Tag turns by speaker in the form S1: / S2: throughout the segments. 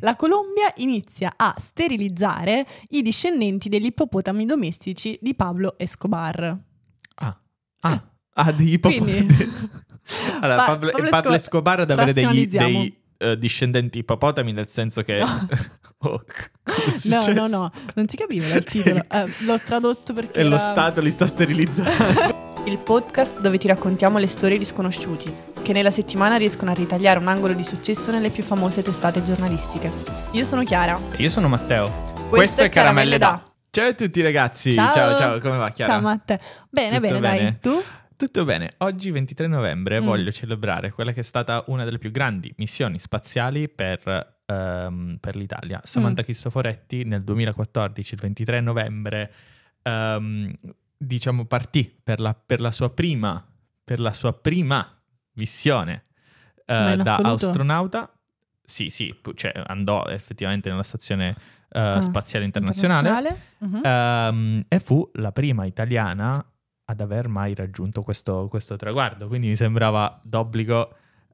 S1: la Colombia inizia a sterilizzare i discendenti degli ippopotami domestici di Pablo Escobar.
S2: Ah, ah, ah degli ippopotami.
S1: Quindi-
S2: Allora,
S1: Pa-
S2: Pablo,
S1: Pablo
S2: Pablo
S1: Escobar-
S2: Escobar ad avere degli,
S1: razionalizziamo.
S2: dei eh, discendenti ippopotami, nel senso che...
S1: No.
S2: Oh, cosa è
S1: No,
S2: successo?
S1: no, no, non si capiva dal titolo. Eh, l'ho tradotto perché
S2: E lo
S1: era-
S2: Stato li sta sterilizzando.
S1: il podcast dove ti raccontiamo le storie di sconosciuti, che nella settimana riescono a ritagliare un angolo di successo nelle più famose testate giornalistiche. Io sono Chiara.
S3: Io sono Matteo.
S1: Questo,
S3: è Caramelle da.
S2: Ciao a tutti ragazzi.
S1: Ciao.
S2: ciao, come va Chiara?
S1: Ciao Matte. Bene,
S2: Tutto
S1: bene,
S2: bene?
S1: dai. Tu?
S2: Tutto bene, oggi 23 novembre
S1: Mm.
S2: voglio celebrare quella che è stata una delle più grandi missioni spaziali per, ehm, per l'Italia.
S1: Mm.
S2: Samantha Cristoforetti nel 2014, il 23 novembre, ehm, diciamo partì per la, per la sua prima, per la sua prima missione eh,
S1: Ma in
S2: da
S1: assoluto?
S2: astronauta. Sì, sì, pu- cioè andò effettivamente nella stazione eh,
S1: Ah,
S2: spaziale internazionale.
S1: Mhm.
S2: Ehm, e fu la prima italiana ad aver mai raggiunto questo, questo traguardo, quindi mi sembrava d'obbligo,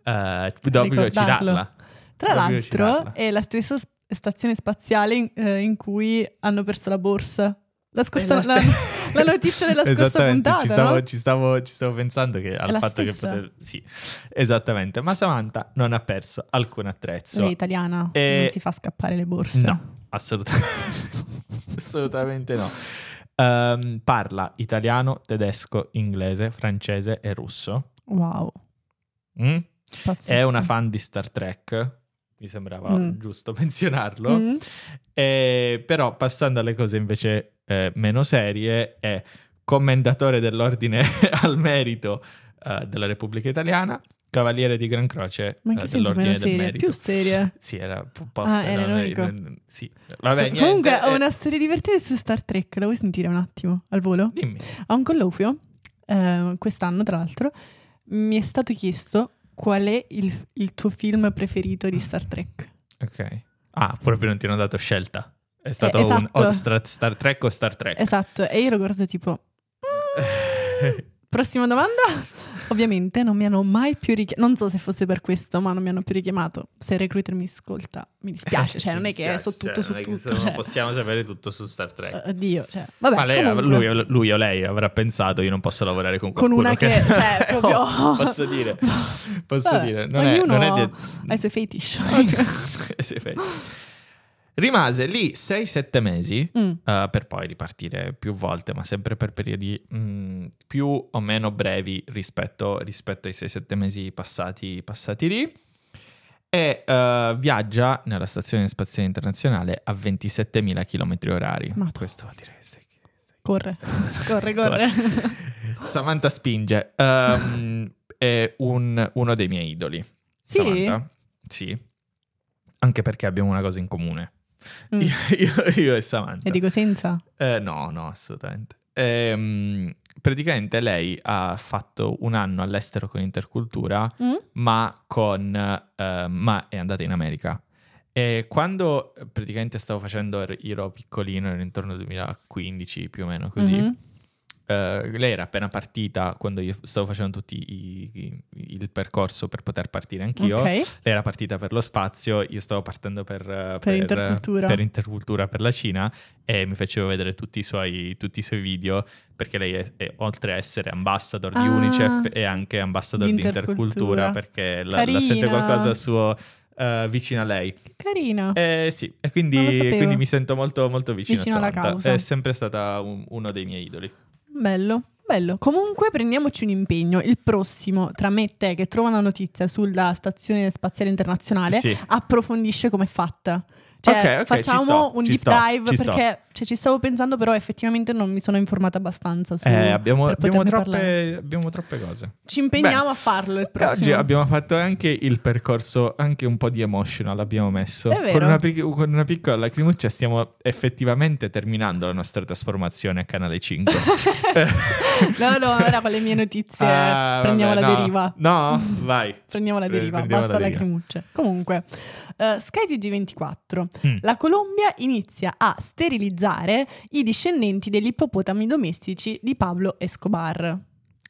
S2: eh, d'obbligo
S1: Ricordarlo.
S2: citarla.
S1: Tra
S2: proprio
S1: l'altro
S2: girarla.
S1: è la stessa s- stazione spaziale in, eh, in cui hanno perso la borsa. La scorsa...
S2: È la
S1: la-
S2: st-
S1: la notizia della scorsa
S2: Esattamente,
S1: puntata,
S2: Ci stavo,
S1: no?
S2: ci stavo- ci stavo pensando che al
S1: la
S2: fatto
S1: stessa.
S2: che poter... Sì, esattamente. Ma Samantha non ha perso alcun attrezzo.
S1: Lei è italiana,
S2: E-
S1: non si fa scappare le borse.
S2: Eh, No, assolutamente, assolutamente no. Ehm, parla italiano, tedesco, inglese, francese e russo.
S1: Wow,
S2: Mm?
S1: pazzesco.
S2: È una fan di Star Trek, mi sembrava
S1: Mm.
S2: giusto menzionarlo.
S1: Mm.
S2: E, però passando alle cose invece eh, meno serie, è commendatore dell'ordine al merito eh, della Repubblica Italiana, cavaliere di Gran Croce
S1: Ma in
S2: eh,
S1: che senso
S2: dell'ordine
S1: meno
S2: del
S1: serie?
S2: merito.
S1: Più serie.
S2: Sì, era proposta.
S1: Ah, era l'unico.
S2: sì. Vabbè, niente,
S1: Comunque ho
S2: eh,
S1: una storia divertente su Star Trek, la vuoi sentire un attimo al volo?
S2: Dimmi.
S1: A un colloquio, eh, quest'anno tra l'altro, mi è stato chiesto qual è il, il tuo film preferito di Star Trek.
S2: Ok. Ah, proprio non ti hanno dato scelta. È stato un
S1: esatto.
S2: o Star, Star Trek o Star Trek.
S1: Esatto, e io lo guardo tipo... Prossima domanda? Ovviamente non mi hanno mai più richiamato, non so se fosse per questo, ma non mi hanno più richiamato. Se il recruiter mi ascolta, mi dispiace, cioè
S2: Mi
S1: non è che
S2: dispiace,
S1: so tutto
S2: cioè,
S1: su
S2: non è che
S1: tutto.
S2: se-
S1: Cioè,
S2: Non possiamo sapere tutto su Star Trek.
S1: Oddio, cioè, vabbè,
S2: Ma lei-
S1: comunque.
S2: lui, lui o lei avrà pensato io non posso lavorare con
S1: Con
S2: qualcuno
S1: una che- cioè, proprio-
S2: Oh, posso dire, posso
S1: Vabbè,
S2: dire, non è, non è
S1: ognuno
S2: detto-
S1: ha i suoi fetish.
S2: Sì, beh. Rimase lì 6-7 mesi
S1: Mm.
S2: eh, per poi ripartire più volte, ma sempre per periodi mm, più o meno brevi rispetto, rispetto ai 6-7 mesi passati, passati lì. E eh, viaggia nella Stazione Spaziale Internazionale a 27.000 km orari.
S1: Madonna.
S2: Questo vuol dire che stai- stai-
S1: Corre,
S2: stai-
S1: corre, corre.
S2: Samantha spinge. Ehm, è un- uno dei miei idoli.
S1: Sì?
S2: Samantha. Sì. Anche perché abbiamo una cosa in comune.
S1: Mm.
S2: Io, io- io e Samantha.
S1: E dico senza?
S2: Eh, no, no, assolutamente. Ehm, praticamente lei ha fatto un anno all'estero con Intercultura,
S1: Mm?
S2: ma, con, eh, ma è andata in America. E quando eh, praticamente stavo facendo, ero- ero piccolino, era intorno al 2015 più o meno così,
S1: Mhm.
S2: eh, lei era appena partita quando io stavo facendo tutti i- i- il percorso per poter partire anch'io.
S1: Ok.
S2: Lei era partita per lo spazio, io stavo partendo per, eh, per,
S1: intercultura.
S2: per intercultura, per la Cina e mi facevo vedere tutti i suoi, tutti i suoi video perché lei, è, è- oltre a essere ambassador di
S1: Ah,
S2: Unicef, è anche ambassador di
S1: d'intercultura.
S2: intercultura perché la, la
S1: Carina.
S2: sente qualcosa suo eh, vicino a lei.
S1: Che carina.
S2: Eh, sì, e
S1: Non lo
S2: quindi,
S1: sapevo.
S2: quindi mi sento molto, molto vicino,
S1: Vicino
S2: a
S1: alla
S2: Samantha.
S1: causa.
S2: È sempre stata un- uno dei miei idoli.
S1: Bello, bello. Comunque prendiamoci un impegno. Il prossimo, tra me e te, che trova una notizia sulla Stazione Spaziale Internazionale,
S2: Sì.
S1: approfondisce com'è fatta. Cioè,
S2: Ok, ok, ci
S1: facciamo
S2: sto,
S1: un
S2: ci
S1: deep
S2: sto,
S1: dive
S2: ci sto.
S1: perché cioè, ci stavo pensando, però effettivamente non mi sono informata abbastanza su
S2: Eh, abbiamo,
S1: per
S2: abbiamo
S1: poterne parlare.
S2: troppe, abbiamo troppe cose.
S1: Ci impegniamo
S2: Bene.
S1: a farlo il
S2: E Oggi
S1: prossimo.
S2: abbiamo fatto anche il percorso, anche un po' di emotional abbiamo messo.
S1: È vero.
S2: Con, una, pic- con una piccola lacrimuccia stiamo effettivamente terminando la nostra trasformazione a Canale 5.
S1: No, no, ora con le mie notizie
S2: Ah,
S1: prendiamo
S2: vabbè,
S1: la
S2: no.
S1: deriva.
S2: No, vai.
S1: Prendiamo la
S2: Pre-
S1: deriva,
S2: eh, prendiamo
S1: basta
S2: la deriva.
S1: lacrimucce. Comunque, eh, Sky TG24.
S2: Mm.
S1: La Colombia inizia a sterilizzare i discendenti degli ippopotami domestici di Pablo Escobar.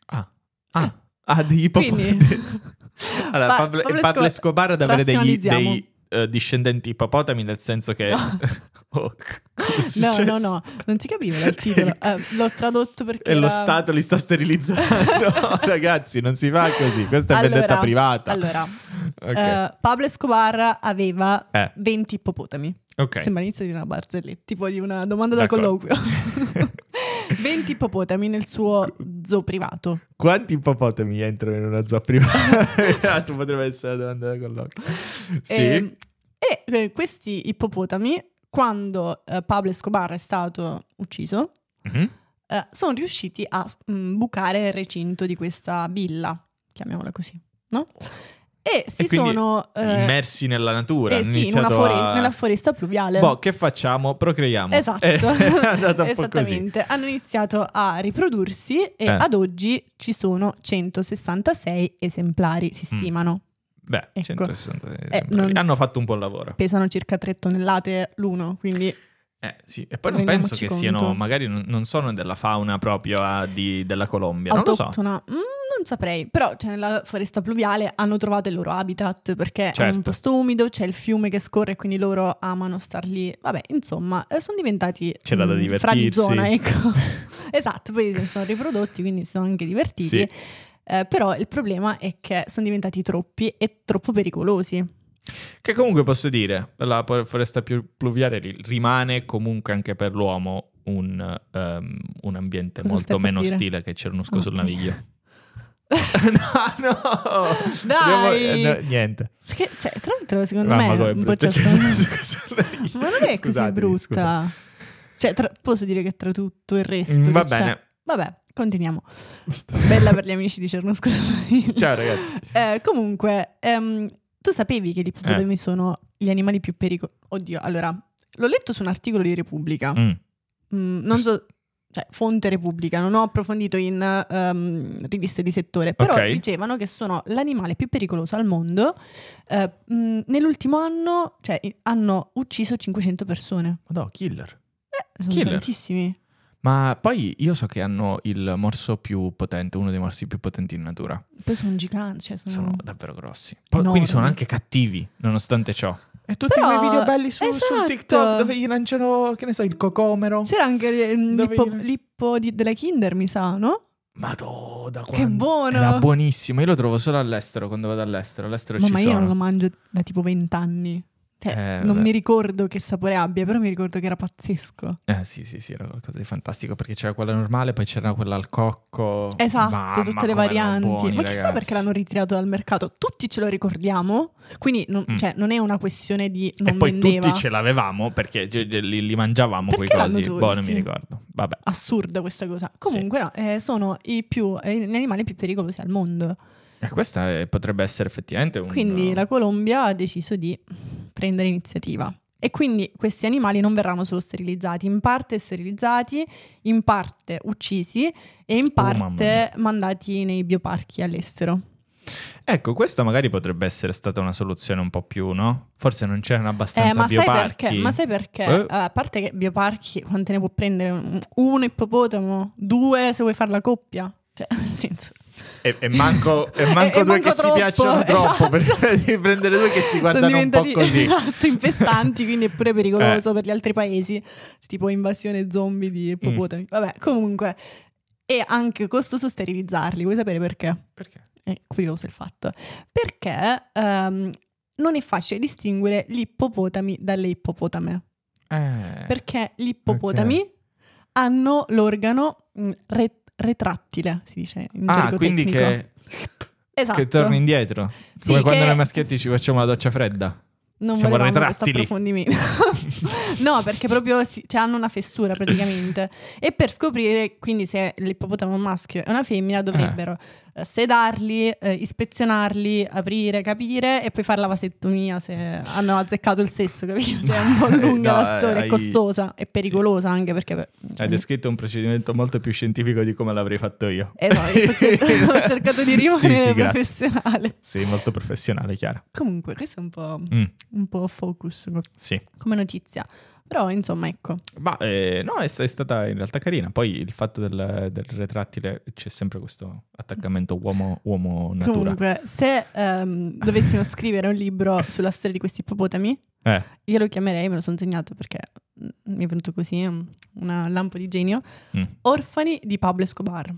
S2: Ah, ah, ah, degli ippopotami.
S1: Quindi-
S2: Allora,
S1: Pa-
S2: Pablo,
S1: Pablo
S2: Pablo
S1: Esco-
S2: Escobar ad avere degli,
S1: razionalizziamo.
S2: dei, eh, eh, discendenti ippopotami, nel senso che...
S1: No.
S2: Oh, cosa è
S1: No,
S2: successo?
S1: no, no, non si capiva dal titolo. Eh, l'ho tradotto perché.
S2: E lo
S1: era-
S2: Stato li sta sterilizzando. No, ragazzi, non si fa così. Questa è
S1: Allora,
S2: vendetta privata.
S1: Allora,
S2: ok.
S1: eh, Pablo Escobar aveva
S2: Eh.
S1: 20 ippopotami.
S2: ok.
S1: Sembra l'inizio di una barzelletta, tipo di una domanda da
S2: D'accordo.
S1: colloquio. 20 ippopotami nel suo zoo privato.
S2: Quanti ippopotami entrano in una zoo privata? Ah, tu potrebbe essere la domanda da colloquio.
S1: Ehm,
S2: Sì.
S1: E, e, eh, questi ippopotami, quando eh, Pablo Escobar è stato ucciso, eh,
S2: Mhm.
S1: sono riusciti a mm, bucare il recinto di questa villa, chiamiamola così, no? E si
S2: E quindi
S1: sono eh,
S2: Immersi nella natura.
S1: eh
S2: hanno
S1: sì, in una
S2: iniziato
S1: fore-
S2: a-
S1: nella foresta pluviale.
S2: Boh, che facciamo? Procreiamo.
S1: Esatto,
S2: Eh, È andata un po' così.
S1: esattamente. Hanno iniziato a riprodursi e
S2: Eh.
S1: ad oggi ci sono 166 esemplari, si
S2: Mm.
S1: stimano.
S2: Beh,
S1: Ecco.
S2: 160
S1: Eh, non-
S2: hanno fatto un buon lavoro.
S1: Pesano circa 3 tonnellate l'uno, quindi
S2: Eh, sì. E poi non
S1: Rendiamoci
S2: penso che
S1: conto.
S2: siano, magari non, non sono della fauna proprio ah, di- della Colombia, non lo so.
S1: autoctona. Mm, non saprei, però cioè, nella foresta pluviale hanno trovato il loro habitat perché è
S2: Certo.
S1: un posto umido, c'è il fiume che scorre, quindi loro amano star lì. Vabbè, insomma, sono diventati
S2: C'era da
S1: mm, fra di
S2: divertirsi.
S1: zona, ecco. esatto, poi si sono riprodotti, quindi si sono anche divertiti.
S2: Sì.
S1: Eh, però il problema è che sono diventati troppi e troppo pericolosi.
S2: Che comunque posso dire, la po- foresta più pluviale ri- rimane comunque anche per l'uomo un, ehm, un ambiente
S1: Cosa stai
S2: molto
S1: per
S2: meno
S1: dire? Ah,
S2: ostile che Cernusco sul
S1: Oddio.
S2: naviglio. no, no!
S1: Dai!
S2: Devo- eh, no, niente.
S1: Che- cioè, tra l'altro, secondo
S2: Mamma,
S1: me
S2: com'è
S1: è un po'
S2: brutta
S1: ciascuno-
S2: Cernusco sul naviglio.
S1: Ma non è così
S2: Cioè, Scusatemi,
S1: brutta. Cioè, tra- posso dire che tra tutto il resto.
S2: scusate.
S1: che
S2: Mm, Va
S1: c'è-
S2: bene.
S1: Vabbè, continuiamo. Bella per gli amici di Cernusco.
S2: Ciao ragazzi.
S1: Eh, comunque, ehm, tu sapevi
S2: Eh.
S1: che gli ippopotami sono gli animali più pericolosi? Oddio, allora, l'ho letto su un articolo di Repubblica.
S2: Mm.
S1: Mm, non so, cioè, fonte Repubblica, non ho approfondito in ehm, riviste di settore, però
S2: Ok.
S1: dicevano che sono l'animale più pericoloso al mondo. Eh, mm, nell'ultimo anno, cioè, i- hanno ucciso 500 persone.
S2: Madò, killer.
S1: Eh, sono
S2: Killer.
S1: tantissimi.
S2: Ma poi io so che hanno il morso più potente, uno dei morsi più potenti in natura.
S1: Poi sono giganti, cioè, sono...
S2: Sono davvero grossi. Poi-
S1: Enormi.
S2: quindi sono anche cattivi, nonostante ciò. E tutti
S1: Però-
S2: quei video belli su, su
S1: esatto.
S2: TikTok dove gli lanciano, che ne so, il cocomero.
S1: C'era anche eh,
S2: Dove
S1: l'ippo,
S2: io-
S1: l'ippo di- della Kinder, mi sa, no?
S2: Madonna,
S1: Che
S2: quando-
S1: buono!
S2: Era buonissimo. Io lo trovo solo all'estero, quando vado all'estero. All'estero
S1: Mamma,
S2: ci
S1: io
S2: sono.
S1: non lo mangio da tipo vent'anni. Cioè,
S2: Eh,
S1: non
S2: vabbè.
S1: mi ricordo che sapore abbia, però mi ricordo che era pazzesco.
S2: Eh sì, sì, sì, era qualcosa di fantastico perché c'era quella normale, poi c'era quella al cocco.
S1: Esatto,
S2: Mamma,
S1: tutte le
S2: come erano
S1: varianti.
S2: buoni,
S1: Ma chissà
S2: ragazzi.
S1: perché l'hanno ritirato dal mercato. Tutti ce lo ricordiamo, quindi non,
S2: Mm.
S1: cioè, non è una questione di non
S2: E poi
S1: vendeva.
S2: tutti ce l'avevamo perché ge- ge- li, li mangiavamo
S1: Perché
S2: quei
S1: l'hanno
S2: cosi. Boh, non
S1: tolti?
S2: mi ricordo. Vabbè.
S1: Assurda questa cosa. Comunque, no, eh, sono i più, eh, gli animali più pericolosi al mondo.
S2: E questa è- potrebbe essere effettivamente un...
S1: Quindi la Colombia ha deciso di prendere iniziativa. E quindi questi animali non verranno solo sterilizzati, in parte sterilizzati, in parte uccisi e in
S2: Oh, mamma
S1: parte mandati nei bioparchi all'estero.
S2: Ecco, questa magari potrebbe essere stata una soluzione un po' più, no? Forse non c'erano
S1: Eh,
S2: abbastanza
S1: ma sai
S2: bioparchi.
S1: perché? Ma sai perché?
S2: Eh.
S1: A parte che bioparchi, quante ne può prendere? Un- Uno ippopotamo? Due se vuoi fare la coppia? Cioè, nel senso...
S2: E, e manco, e manco
S1: E- e
S2: due che
S1: troppo,
S2: si piacciono troppo,
S1: esatto.
S2: perché devi prendere due che si
S1: Sono
S2: guardano un po'
S1: diventati,
S2: così. Eh,
S1: Esatto, infestanti, quindi è pure pericoloso per gli altri paesi, tipo invasione zombie
S2: Mm.
S1: di ippopotami. Vabbè, comunque è anche costoso sterilizzarli, vuoi sapere perché?
S2: Perché?
S1: È curioso il fatto. Perché ehm, non è facile distinguere gli ippopotami dalle ippopotame,
S2: Eh,
S1: perché gli ippopotami hanno l'organo mh, re- retrattile, si dice in
S2: ah,
S1: gergo
S2: quindi
S1: tecnico.
S2: che,
S1: esatto.
S2: che torni indietro.
S1: Sì,
S2: Come quando
S1: che-
S2: noi maschietti ci facciamo la doccia fredda.
S1: Non
S2: Siamo
S1: volevamo
S2: retrattili.
S1: questo approfondimento. no, perché proprio si- cioè, hanno una fessura praticamente. E per scoprire quindi se l'ippopotamo è un maschio e una femmina dovrebbero eh, sedarli, eh, ispezionarli, aprire, capire e poi fare la vasettomia se hanno azzeccato il sesso, capito? Cioè, è un po' lunga
S2: No,
S1: la storia, è
S2: Eh, hai-
S1: costosa e pericolosa anche perché... eh,
S2: Hai descritto un procedimento molto più scientifico di come l'avrei fatto io.
S1: Eh no, io sto cercando- ho cercato di rimanere
S2: sì, sì, grazie.
S1: professionale.
S2: Sei molto professionale, Chiara.
S1: Comunque, questo è un po'...
S2: Mm.
S1: un po' focus co-
S2: Sì.
S1: come notizia. Però insomma, ecco.
S2: Ma eh, no, è, sta- è stata in realtà carina. Poi il fatto del, del retrattile c'è sempre questo attaccamento uomo, uomo natura.
S1: Comunque, se ehm, dovessimo scrivere un libro sulla storia di questi ippopotami,
S2: Eh,
S1: io lo chiamerei, me lo sono segnato perché mm, mi è venuto così mm, una lampo di genio.
S2: Mm.
S1: Orfani di Pablo Escobar.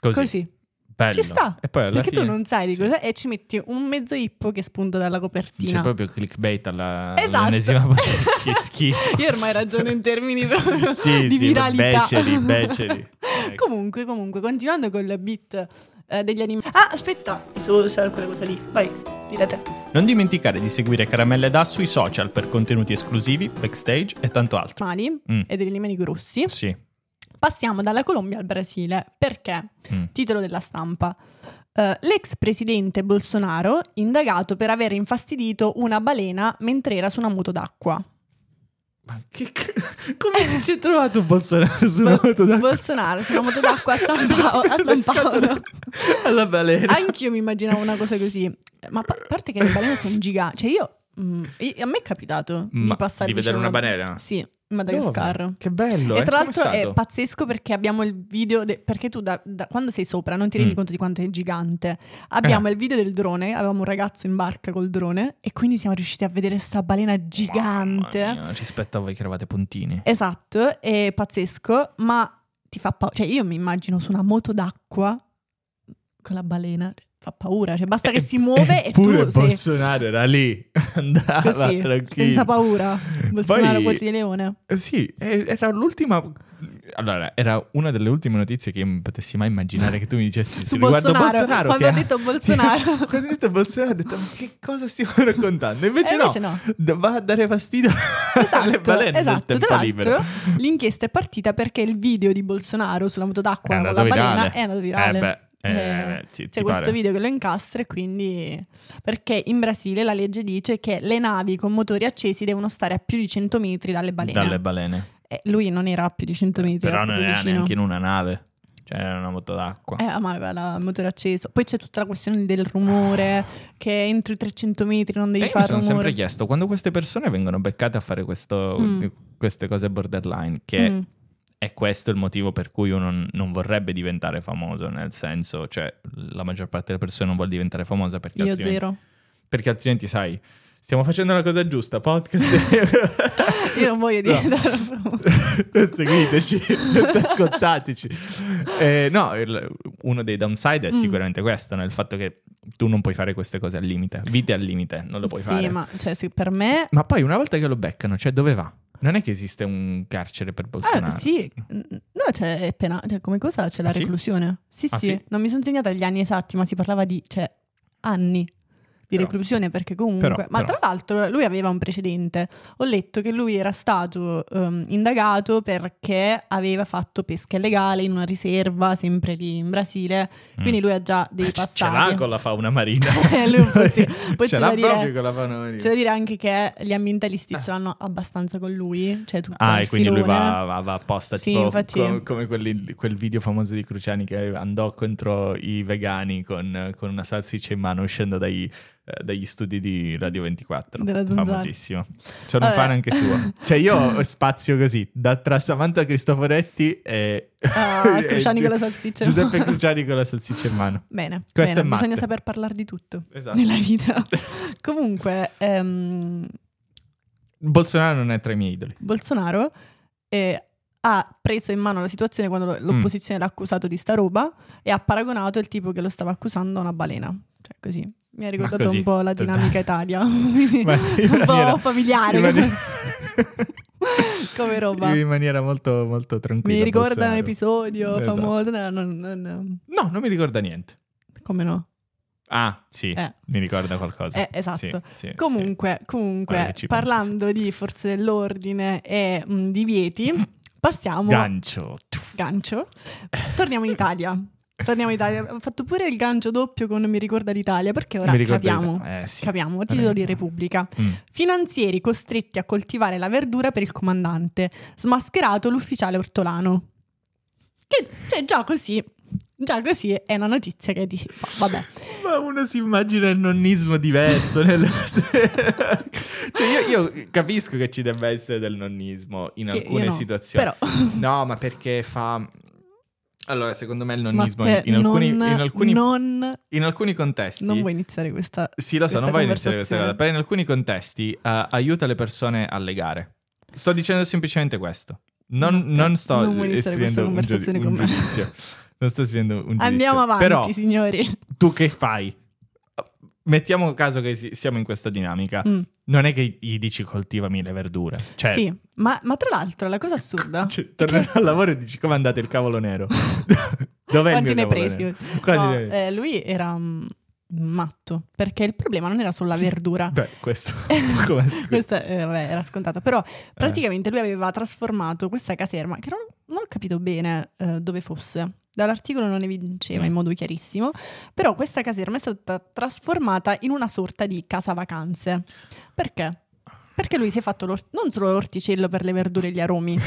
S2: così.
S1: Così.
S2: Bello.
S1: Ci sta.
S2: E poi alla
S1: Perché tu
S2: fine
S1: non sai di
S2: sì.
S1: cosa e ci metti un mezzo ippo che spunta dalla copertina.
S2: C'è proprio clickbait alla,
S1: Esatto.
S2: all'ennesima che schifo.
S1: Io ormai ragiono in termini proprio
S2: Sì,
S1: di
S2: sì,
S1: viralità.
S2: beceri, beceri. Ecco.
S1: comunque, comunque, continuando col beat eh, degli animali. Ah, aspetta, su, su quella cosa lì. Vai, dite te.
S2: Non dimenticare di seguire Caramelle Da sui social per contenuti esclusivi, backstage e tanto altro.
S1: Animali
S2: Mm.
S1: e degli animali grossi.
S2: Sì.
S1: Passiamo dalla Colombia al Brasile. Perché?
S2: Mm.
S1: Titolo della stampa. Eh, l'ex presidente Bolsonaro indagato per aver infastidito una balena mentre era su una moto d'acqua.
S2: Ma che c- come si è trovato Bolsonaro sulla
S1: Bol-
S2: moto d'acqua?
S1: Bolsonaro sulla moto d'acqua a San, Pao- a
S2: Le
S1: San Paolo.
S2: scatole Alla balena.
S1: Anch'io mi immaginavo una cosa così. Ma pa- a parte che le balene sono giganti. Cioè io, mm, i- a me è capitato
S2: Ma
S1: di passare
S2: di vedere
S1: vicino
S2: una
S1: a
S2: balena?
S1: Sì, in Madagascar.
S2: Dove? Che bello.
S1: E
S2: eh,
S1: tra
S2: com'è
S1: l'altro è
S2: stato?
S1: pazzesco perché abbiamo il video, de- perché tu da, da- quando sei sopra non ti rendi
S2: Mm. Eh.
S1: conto di quanto è gigante. Abbiamo il video del drone, avevamo un ragazzo in barca col drone e quindi siamo riusciti a vedere sta balena
S2: Mamma
S1: gigante.
S2: mia, rispetto a voi che eravate puntini.
S1: Esatto, è pazzesco, ma ti fa paura. Cioè io mi immagino su una moto d'acqua con la balena, fa paura, cioè
S2: Eh,
S1: basta che si muove e,
S2: Eppure
S1: tu sei
S2: Bolsonaro era lì, andava
S1: così,
S2: tranquillo.
S1: senza paura. Bolsonaro Cuoci di Leone.
S2: Eh Sì, eh, era l'ultima. Allora, era una delle ultime notizie che io non potessi mai immaginare che tu mi dicessi
S1: Su
S2: "Sì, riguardo
S1: Bolsonaro,
S2: Bolsonaro.
S1: quando
S2: che
S1: ho detto Bolsonaro.
S2: Sì, quando ho detto Bolsonaro, ho detto "Ma che cosa stiamo raccontando? Invece,
S1: E Eh, invece
S2: no,
S1: no.
S2: d- va a dare fastidio alle balene
S1: esatto.
S2: nel tempo
S1: Tra
S2: libero.
S1: l'altro, l'inchiesta è partita perché il video di Bolsonaro sulla moto d'acqua con la balena è andato virale.
S2: Eh beh, eh,
S1: Eh,
S2: ti- ti
S1: C'è
S2: pare?
S1: questo video che lo incastra e quindi... Perché in Brasile la legge dice che le navi con motori accesi devono stare a più di 100 metri dalle balene.
S2: Dalle balene.
S1: Eh, lui non era a più di 100 metri,
S2: Però
S1: era
S2: non
S1: proprio
S2: era
S1: vicino.
S2: neanche in una nave, cioè era una moto d'acqua.
S1: Eh, ma aveva il motore acceso. Poi c'è tutta la questione del rumore, che entro i 300 metri non
S2: E
S1: devi
S2: Eh, io mi
S1: fare
S2: sono
S1: rumore.
S2: sempre chiesto quando queste persone vengono beccate a fare questo-
S1: Mm.
S2: queste cose borderline, che
S1: Mm.
S2: è questo il motivo per cui uno non- non vorrebbe diventare famoso, nel senso, cioè la maggior parte delle persone non vuole diventare famosa perché,
S1: Io
S2: altrimenti,
S1: zero.
S2: perché altrimenti sai, stiamo facendo la cosa giusta, podcast.
S1: Io non voglio
S2: No.
S1: diventare famoso.
S2: non seguiteci, non ascoltateci. Eh, no, il- uno dei downside è
S1: Mm.
S2: sicuramente questo, nel fatto che tu non puoi fare queste cose al limite, vite al limite, non lo puoi
S1: sì,
S2: fare.
S1: ma cioè, se per me...
S2: Ma poi una volta che lo beccano, cioè dove va? Non è che esiste un carcere per Bolsonaro.
S1: Ah, sì, no, cioè, è pena- cioè, come cosa c'è la
S2: Ah, sì?
S1: reclusione? Sì,
S2: Ah,
S1: sì,
S2: sì?
S1: non mi sono segnata gli anni esatti, ma si parlava di cioè, anni di
S2: Però-
S1: reclusione perché comunque...
S2: però-
S1: ma
S2: però.
S1: tra l'altro lui aveva un precedente. Ho letto che lui era stato ehm, indagato perché aveva fatto pesca illegale in una riserva, sempre lì in Brasile, quindi lui ha già dei passati.
S2: Mm. Eh, Ce l'ha con la fauna marina.
S1: Eh, lui un po' sì. Poi
S2: ce
S1: c'è
S2: l'ha
S1: da dire-
S2: proprio con la fauna marina.
S1: C'è da dire anche che gli ambientalisti ce l'hanno abbastanza con lui, cioè tutto
S2: Ah,
S1: il
S2: e quindi lui
S1: filone.
S2: va, va- va apposta,
S1: Sì,
S2: tipo
S1: infatti-
S2: co- come quelli- quel video famoso di Cruciani che andò contro i vegani con, con una salsiccia in mano uscendo dai- eh, dagli studi di Radio 24.
S1: Della Zanzara.
S2: Famosissimo. Sono un
S1: Vabbè.
S2: fan anche suo. Cioè io spazio così, da, tra Samantha Cristoforetti e...
S1: Ah,
S2: e
S1: Cruciani con la
S2: Gi-
S1: salsiccia.
S2: Giuseppe Cruciani con la salsiccia in mano.
S1: Bene,
S2: Questo
S1: bene,
S2: è Matte.
S1: bisogna saper parlare di tutto
S2: Esatto.
S1: nella vita. Comunque, ehm,
S2: Bolsonaro non è tra i miei idoli.
S1: Bolsonaro eh, ha preso in mano la situazione quando
S2: Mm.
S1: lo- l'opposizione l'ha accusato di sta roba e ha paragonato il tipo che lo stava accusando a una balena. Cioè, così. Mi ha ricordato
S2: così,
S1: un po' la
S2: tutta-
S1: dinamica Italia.
S2: Ma in
S1: un
S2: maniera-
S1: po' familiare
S2: in maniera-
S1: come roba.
S2: In maniera molto, molto tranquilla.
S1: Mi ricorda
S2: Bolsonaro.
S1: un episodio
S2: Esatto.
S1: famoso. no, non- non-
S2: No, non mi ricorda niente.
S1: come no?
S2: Ah, sì,
S1: Eh.
S2: mi ricorda qualcosa.
S1: Eh, esatto.
S2: Sì, sì,
S1: Comunque, comunque
S2: Ora che ci penso,
S1: parlando di forze dell'ordine e mh, divieti, passiamo
S2: sì. Gancio.
S1: gancio. Torniamo in Italia. Torniamo in Italia. Ho fatto pure il gancio doppio con Mi ricorda l'Italia perché ora
S2: Mi ricorda
S1: capiamo.
S2: l'Italia. Eh, sì.
S1: Capiamo, titolo di
S2: Eh.
S1: Repubblica.
S2: Mm.
S1: Finanzieri costretti a coltivare la verdura per il comandante. Smascherato l'ufficiale ortolano. Che, cioè, già così Già così è una notizia che dici, "Ma vabbè.
S2: Ma uno si immagina il nonnismo diverso. nel- cioè, io, io capisco che ci debba essere del nonnismo in
S1: Io- io
S2: alcune
S1: no.
S2: situazioni.
S1: Però
S2: No, ma perché fa. Allora, secondo me il nonnismo
S1: Matteo,
S2: in, in alcuni,
S1: non,
S2: in alcuni-
S1: non,
S2: in alcuni contesti.
S1: non vuoi iniziare questa...
S2: Sì, lo so,
S1: questa
S2: non voglio iniziare questa cosa.
S1: conversazione.
S2: Però in alcuni contesti eh, aiuta le persone a legare. Sto dicendo semplicemente questo. Non,
S1: Matteo,
S2: non sto
S1: non vuoi iniziare questa
S2: esprimendo un,
S1: conversazione
S2: giudi-
S1: con
S2: un
S1: me.
S2: giudizio. Non sto esprimendo un giudizio.
S1: Andiamo avanti,
S2: Però
S1: signori.
S2: tu che fai? Mettiamo caso che si- siamo in questa dinamica.
S1: Mm.
S2: Non è che gli dici coltivami le verdure. Cioè,
S1: Sì, ma, ma tra l'altro la cosa assurda...
S2: cioè, tornerai al lavoro e dici come andate il cavolo nero? Dov'è
S1: Quanti
S2: il mio
S1: ne hai
S2: cavolo
S1: presi?
S2: nero? Quanti
S1: No,
S2: ne hai presi?
S1: eh, lui era mm, matto, perché il problema non era solo la verdura.
S2: Beh, questo come si- Eh,
S1: Questa eh, vabbè, era scontata, però praticamente lui aveva trasformato questa caserma, che non, non ho capito bene eh, dove fosse, dall'articolo non evinceva in modo chiarissimo, però questa caserma è stata trasformata in una sorta di casa vacanze. Perché? Perché lui si è fatto l'or- non solo l'orticello per le verdure e gli aromi,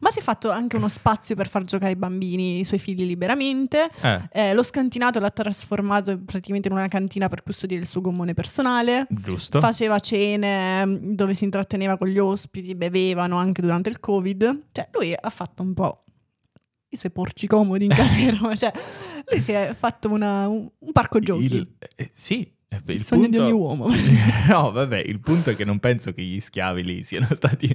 S1: ma si è fatto anche uno spazio per far giocare i bambini, i suoi figli liberamente,
S2: Eh,
S1: eh, lo scantinato l'ha trasformato praticamente in una cantina per custodire il suo gommone personale.
S2: giusto.
S1: Faceva cene mh, dove si intratteneva con gli ospiti, bevevano anche durante il Covid. Cioè, lui ha fatto un po' i suoi porci comodi in caserma. cioè, lui si è fatto una- un, un parco giochi. Il,
S2: Il- eh, sì, eh, beh, il
S1: sogno di
S2: punto-
S1: ogni uomo.
S2: No, vabbè, il punto è che non penso che gli schiavi lì siano stati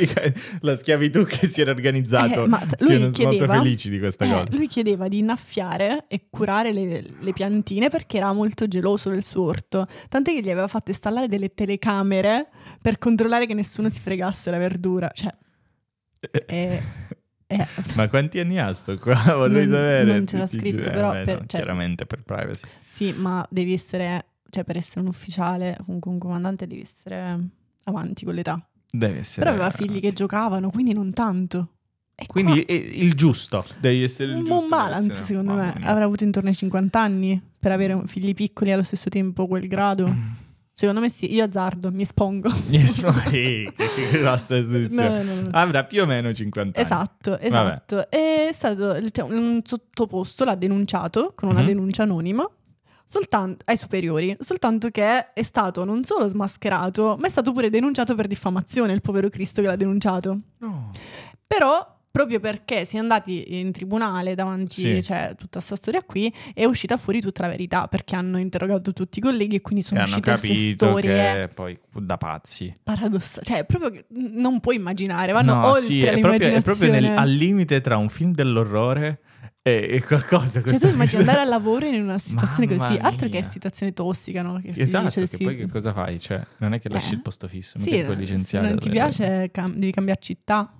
S2: la schiavitù che si era organizzato
S1: Eh, ma t- lui
S2: siano
S1: chiedeva-
S2: molto felici di questa
S1: Eh,
S2: cosa.
S1: lui chiedeva di innaffiare e curare le, le piantine perché era molto geloso del suo orto. Tant'è che gli aveva fatto installare delle telecamere per controllare che nessuno si fregasse la verdura. Cioè, eh, eh,
S2: Ma quanti anni ha sto qua? Vorrei
S1: Non-
S2: sapere.
S1: non c'era
S2: tutti i
S1: scritto,
S2: giorni.
S1: però
S2: Eh, beh,
S1: per-
S2: no,
S1: cioè-
S2: Chiaramente per privacy.
S1: Sì, ma devi essere, cioè per essere un ufficiale, comunque un comandante, devi essere avanti con l'età.
S2: Deve essere.
S1: Però aveva figli che giocavano, quindi non tanto. E
S2: Quindi eh, il giusto. Devi essere
S1: qua,
S2: il
S1: un
S2: giusto.
S1: buon
S2: deve
S1: balance,
S2: essere-
S1: secondo
S2: Mamma
S1: me.
S2: mia.
S1: Avrà avuto intorno ai 50 anni per avere un- figli piccoli e allo stesso tempo quel grado. Secondo me sì, io azzardo, mi espongo.
S2: Yes, no, eh, che, che grossa
S1: No,
S2: esistenza.
S1: no, no, no.
S2: Avrà più o meno 50 anni.
S1: Esatto, esatto. È stato cioè, un sottoposto, l'ha denunciato con una
S2: Mhm.
S1: denuncia anonima soltanto, ai superiori, soltanto che è stato non solo smascherato, ma è stato pure denunciato per diffamazione il povero Cristo che l'ha denunciato.
S2: No.
S1: Però proprio perché si è andati in tribunale davanti
S2: Sì.
S1: cioè, tutta questa storia qui è uscita fuori tutta la verità perché hanno interrogato tutti i colleghi e quindi
S2: E
S1: sono
S2: hanno
S1: uscite queste
S2: capito
S1: storie
S2: che poi da pazzi.
S1: paradossali, cioè proprio che non puoi immaginare, vanno
S2: no,
S1: oltre
S2: sì, è proprio,
S1: l'immaginazione.
S2: è proprio nel- al limite tra un film dell'orrore e, e qualcosa.
S1: Cioè,
S2: questo-
S1: tu immagini andare al lavoro in una situazione
S2: Mamma
S1: così, altro
S2: mia.
S1: che situazione tossica, no? Che si
S2: Esatto,
S1: dice,
S2: che
S1: sì.
S2: poi che cosa fai? Cioè, non è che lasci
S1: Eh.
S2: il posto fisso, mica ti puoi
S1: Sì, se
S2: licenziare.
S1: non ti
S2: dalle-
S1: piace, cam- devi cambiare città.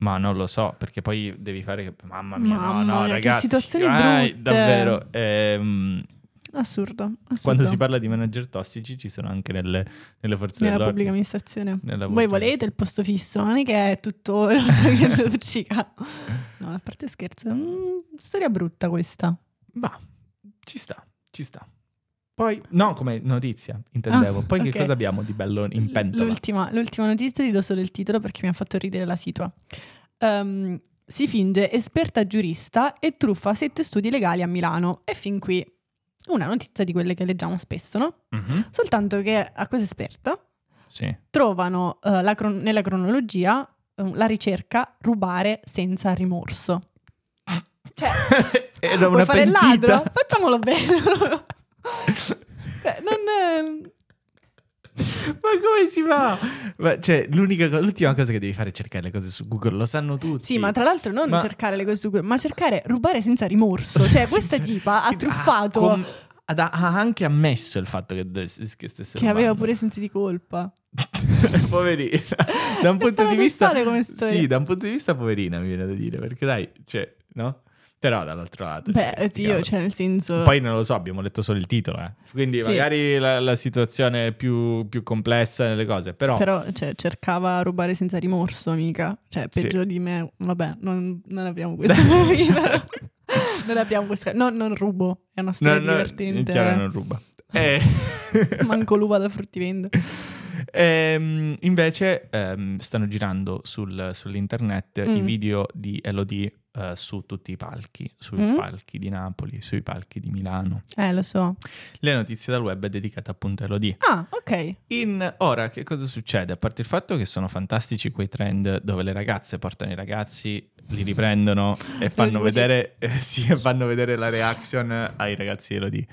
S2: Ma non lo so, perché poi devi fare... che- Mamma mia,
S1: Mamma
S2: no, no,
S1: mia, che
S2: ragazzi.
S1: situazioni
S2: guai,
S1: brutte.
S2: Davvero. ehm,
S1: Assurdo. assurdo.
S2: quando si parla di manager tossici ci sono anche nelle, nelle forze
S1: nella
S2: dell'ordine.
S1: pubblica amministrazione. Voi
S2: Nella pubblica
S1: volete il posto fisso, non è che è tutto rosa che luccica. No, a parte scherzo, mm, storia brutta questa.
S2: Ma ci sta, ci sta. Poi, no, come notizia, intendevo.
S1: Ah,
S2: Poi
S1: ok.
S2: che cosa abbiamo di bello in pentola?
S1: L'ultima, l'ultima notizia ti do solo il titolo perché mi ha fatto ridere la situa. Ehm, si finge esperta giurista e truffa sette studi legali a Milano. E fin qui una notizia di quelle che leggiamo spesso, no?
S2: Mhm,
S1: Soltanto che a questa esperta
S2: Sì.
S1: trovano eh, la cron- nella cronologia eh, la ricerca rubare senza rimorso. Cioè,
S2: Era
S1: vuoi
S2: una
S1: fare il
S2: pentita.
S1: ladro? Facciamolo bene. Cioè, non... eh,
S2: Ma come si fa? Ma, cioè, l'unica co- l'ultima cosa che devi fare è cercare le cose su Google, lo sanno tutti.
S1: Sì, ma tra l'altro non
S2: Ma-
S1: cercare le cose su Google, ma cercare rubare senza rimorso. Cioè, questa
S2: Sì.
S1: tipa ha
S2: Tipo, ah,
S1: truffato
S2: com- ad- ha anche ammesso il fatto che, des- che stesse
S1: che aveva
S2: rubando.
S1: pure sensi di colpa.
S2: poverina. Da un
S1: È
S2: punto di vista
S1: paradossale come storia.
S2: Sì, da un punto di vista poverina, mi viene da dire, perché dai, cioè, no? Però dall'altro lato
S1: Beh,
S2: sti
S1: io,
S2: cavoli.
S1: cioè, nel senso.
S2: Poi non lo so, abbiamo letto solo il titolo, eh. Quindi
S1: Sì.
S2: magari la, la situazione è più, più complessa nelle cose, però,
S1: Però cioè, cercava rubare senza rimorso, mica. Cioè,
S2: Sì.
S1: peggio di me. Vabbè, non, non apriamo questa. non apriamo questa. No, non rubo. È una
S2: No,
S1: storia
S2: no, in
S1: divertente.
S2: chiaro non ruba. Eh.
S1: Manco l'uva da fruttivendolo.
S2: Ehm, invece ehm, stanno girando sul- sull'internet i
S1: Mm.
S2: video di Elodie eh, su tutti i palchi, sui
S1: Mm.
S2: palchi di Napoli, sui palchi di Milano.
S1: Eh, lo so.
S2: Le notizie dal web è dedicata appunto a Elodie.
S1: Ah, ok.
S2: In, ora, che cosa succede? A parte il fatto che sono fantastici quei trend dove le ragazze portano i ragazzi, li riprendono e fanno
S1: così.
S2: vedere, eh, sì, e fanno vedere la reaction ai ragazzi di Elodie.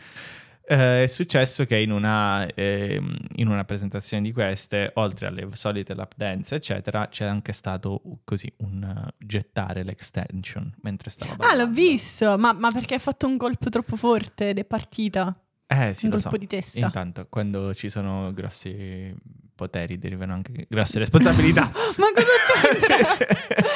S2: Eh, è successo che in una, ehm, in una presentazione di queste, oltre alle solite lap dance, eccetera, c'è anche stato uh, così un eh, gettare l'extension mentre stava
S1: Ah,
S2: ballando.
S1: l'ho visto. Ma, ma perché hai fatto un colpo troppo forte ed è partita?
S2: Eh, sì,
S1: un
S2: lo
S1: colpo
S2: so.
S1: di testa.
S2: Intanto, quando ci sono grossi poteri, derivano anche grosse responsabilità.
S1: Ma cosa c'entra?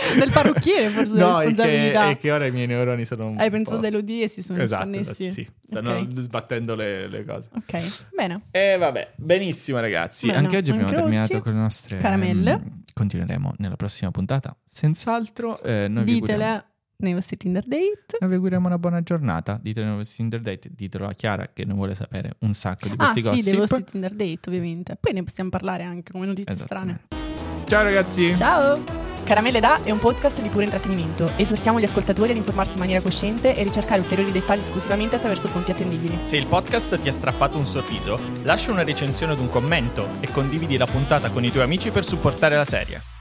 S1: Del parrucchiere, forse, delle
S2: No, è che-
S1: responsabilità.
S2: È che ora i miei neuroni sono un
S1: Hai
S2: po'-
S1: pensato a Elodie e si sono
S2: Esatto,
S1: esconnessi?
S2: esatto, sì. Stanno
S1: Ok.
S2: sbattendo le, le cose.
S1: Ok, bene.
S2: E vabbè, benissimo ragazzi.
S1: Bene,
S2: anche oggi abbiamo
S1: anche
S2: terminato
S1: oggi.
S2: con le nostre...
S1: Caramelle.
S2: ehm, continueremo nella prossima puntata. Senz'altro, eh, noi vi auguriamo-
S1: Ditele nei vostri Tinder date.
S2: noi vi auguriamo una buona giornata. Ditelo ai vostri Tinder date, ditelo a Chiara che ne vuole sapere un sacco di
S1: Ah,
S2: questi
S1: sì,
S2: gossip.
S1: dei vostri Tinder date, ovviamente. Poi ne possiamo parlare anche come notizie
S2: Esatto.
S1: strane.
S2: Esattamente. Ciao ragazzi.
S1: Ciao!
S3: Caramelle Da è un podcast di puro intrattenimento. Esortiamo gli ascoltatori ad informarsi in maniera cosciente e ricercare ulteriori dettagli esclusivamente attraverso fonti attendibili.
S4: Se il podcast ti ha strappato un sorriso, lascia una recensione ed un commento e condividi la puntata con i tuoi amici per supportare la serie.